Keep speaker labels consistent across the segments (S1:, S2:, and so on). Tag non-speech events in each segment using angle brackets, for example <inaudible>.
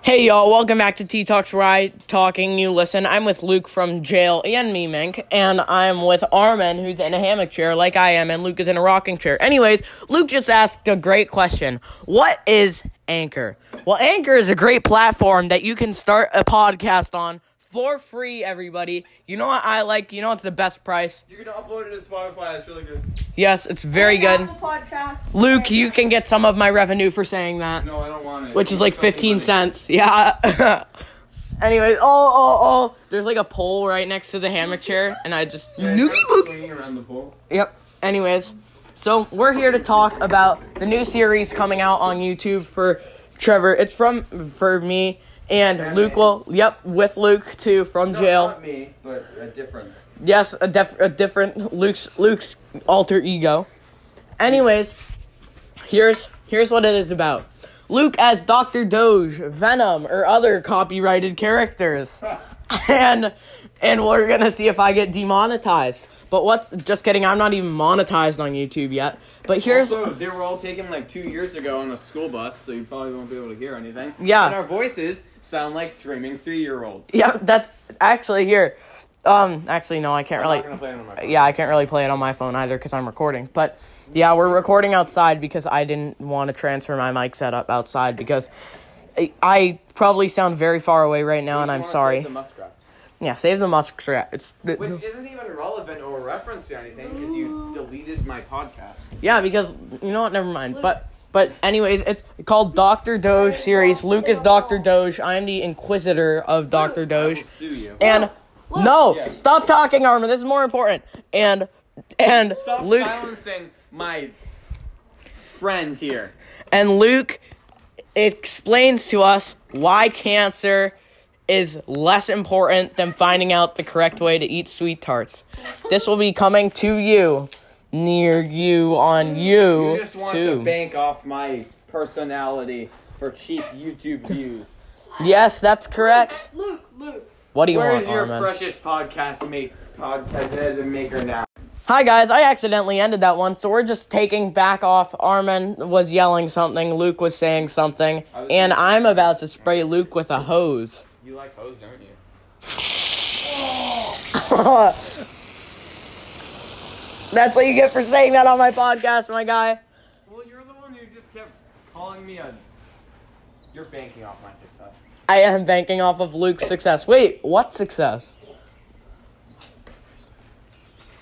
S1: Hey y'all, welcome back to Tea Talks where I talking, you listen. I'm with Luke from jail and me, Mink, and I'm with Armin who's in a hammock chair like I am, and Luke is in a rocking chair. Anyways, Luke just asked a great question. What is Anchor? Well, Anchor is a great platform that you can start a podcast on for free, everybody. You know what I like? You know it's the best price?
S2: You can upload it to Spotify. It's really good.
S1: Yes, it's very good.
S3: Apple Podcasts.
S1: Luke, you can get some of my revenue for saying that.
S2: No, I don't want it.
S1: which is like
S2: It costs me
S1: 15
S2: money.
S1: cents. <laughs> Yeah. anyway, oh, oh, oh. There's like a pole right next to the hammock chair, and I just.
S2: Yeah,
S1: Noogie
S2: it's
S1: boogie.
S2: swinging around the pole.
S1: Yep. Anyways, so we're here to talk about the new series coming out on YouTube for Trevor. It's from for me and Luke. Will yep with Luke too from
S2: No,
S1: jail.
S2: Not me, but
S1: <laughs>
S2: a difference.
S1: Yes, a, def- a different Luke's Luke's alter ego. Anyways, here's here's what it is about. Luke as Doctor Doge, Venom, or other copyrighted characters, <laughs> and and we're gonna see if I get demonetized. But what's just kidding? I'm not even monetized on YouTube yet. But here's
S2: Also, they were all taken like two years ago on a school bus, so you probably won't be able to hear anything.
S1: Yeah.
S2: And our voices sound like screaming three-year-olds.
S1: yeah, that's actually here. Um, actually no, I can't
S2: I'm
S1: really.
S2: not gonna play it on my phone.
S1: yeah, I can't really play it on my phone either because I'm recording. But yeah, we're recording outside because I didn't want to transfer my mic setup outside because I, I probably sound very far away right now, and
S2: You
S1: I'm
S2: wanna save
S1: sorry.
S2: The muskrats,
S1: Yeah, save the muskrat. It's
S2: which isn't even relevant or reference to anything because you deleted my podcast.
S1: yeah, because you know what? Never mind. But but anyways, it's called Doctor Doge series. Luke is Doctor Doge. I'm the Inquisitor of Doctor
S2: I will
S1: Doge.
S2: sue you.
S1: And no,
S2: Yeah.
S1: stop talking, Armin. This is more important. And and
S2: Stop
S1: Luke.
S2: silencing my friend here.
S1: and Luke explains to us why cancer is less important than finding out the correct way to eat sweet tarts. This will be coming to you, near you, on you,
S2: You just want to
S1: too.
S2: bank off my personality for cheap YouTube views. <laughs>
S1: yes, that's correct.
S3: Luke, Luke.
S1: What do you
S2: Where
S1: want,
S2: is your
S1: Armin?
S2: precious podcast make podcast uh, maker now?
S1: Hi guys, I accidentally ended that one, so we're just taking back off. Armin was yelling something, Luke was saying something,
S2: I was-
S1: and I'm about to spray Luke with a hose.
S2: You like hoes, don't you?
S1: <laughs> That's what you get for saying that on my podcast, my guy.
S2: Well, you're the one who just kept calling me a. You're banking off my success.
S1: I am banking off of Luke's success. Wait, what success?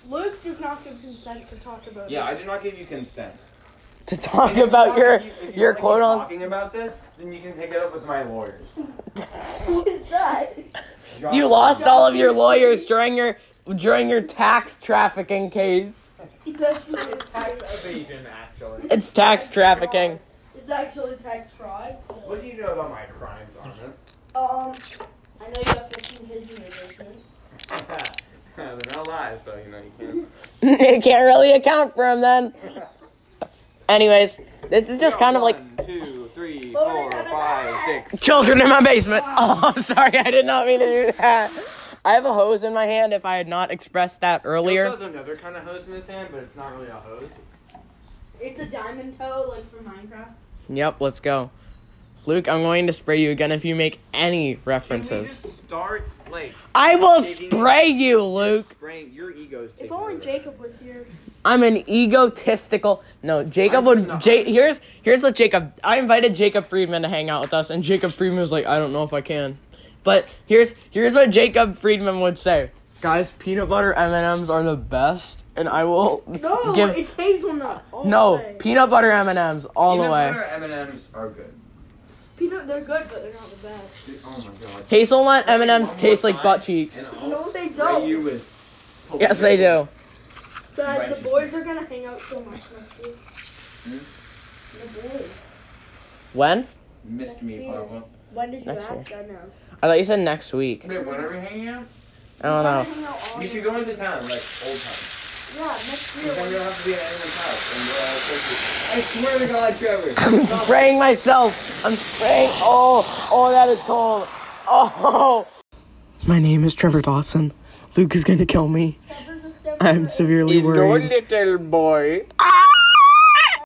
S3: Luke does not give consent to talk about
S2: Yeah, I
S3: it.
S2: did not give you consent.
S1: To talk
S2: And if
S1: about
S2: you
S1: your
S2: want- if you- if you
S1: your
S2: wanna keep
S1: quote on
S2: talking about this, then you can take it up with my lawyers.
S3: <laughs> Who is that?
S2: Drop
S1: you
S2: it.
S1: lost all of your lawyers during your during your tax trafficking case.
S3: That's Luke.
S2: tax evasion, actually.
S1: It's tax trafficking. <laughs>
S3: It's actually tax fraud.
S2: What
S3: So.
S2: do you know about my crimes, Armin?
S3: Um, I know you have 15 kids in your basement.
S2: <laughs> They're not alive, so you know you can't.
S1: you can't really account for him then. Anyways, this is just kind of like
S2: One, two, three,
S3: Oh,
S2: four,
S3: no, no, no,
S2: five,
S3: no.
S2: six.
S1: children in my basement. <laughs> Oh, sorry, I did not mean to do that. I have a hose in my hand. If I had not expressed that
S2: He
S1: earlier,
S2: also has another kind of hose in his hand, but it's not really a hose.
S3: It's a diamond toe, like from Minecraft.
S1: yep, let's go. Luke, I'm going to spray you again if you make any
S2: Can we
S1: references.
S2: just start like
S1: I will
S2: Taking-
S1: spray you, Luke.
S2: spraying your egos?
S3: If only Jacob was here.
S1: I'm an egotistical. No, Jacob
S2: I'm
S1: would.
S2: not.
S1: Ja- here's here's what Jacob. I invited Jacob Friedman to hang out with us, and Jacob Friedman was like, I don't know if I can. But here's here's what Jacob Friedman would say. Guys, peanut butter M and M's are the best, and I will
S3: No,
S1: give.
S3: it's hazelnut. Oh, all
S1: no,
S3: the way.
S1: peanut butter M and M's all
S2: Peanut
S1: the way.
S2: butter M and M's are good.
S3: peanut. They're good, but they're not the best.
S2: Oh my god.
S1: Hazelnut M and M's
S2: One
S1: taste
S2: more
S1: like
S2: time,
S1: butt cheeks.
S2: and I'll
S3: No, they
S2: spray
S3: don't.
S2: You with
S1: Yes, they do.
S3: Guys,
S2: Right. Hmm?
S3: the boys are gonna hang out so much next week. The boys.
S1: When?
S2: Missed me, Papa.
S3: When did you
S1: Next
S3: ask? I know.
S1: I thought you said next week.
S2: Wait, when are we hanging out?
S1: I don't know.
S3: Hang out all
S2: We should
S3: year.
S2: go into town, like old times.
S3: Yeah, next year.
S2: Then we
S3: when-
S2: don't have to be at anyone's house, and we're all crazy. I swear to God, Trevor.
S1: I'm spraying myself. I'm spraying. Oh, oh, that is cold. Oh. My name is Trevor Dawson. Luke is gonna kill me.
S3: Trevor's a seven-
S1: I'm severely worried.
S2: little boy.
S1: Ah!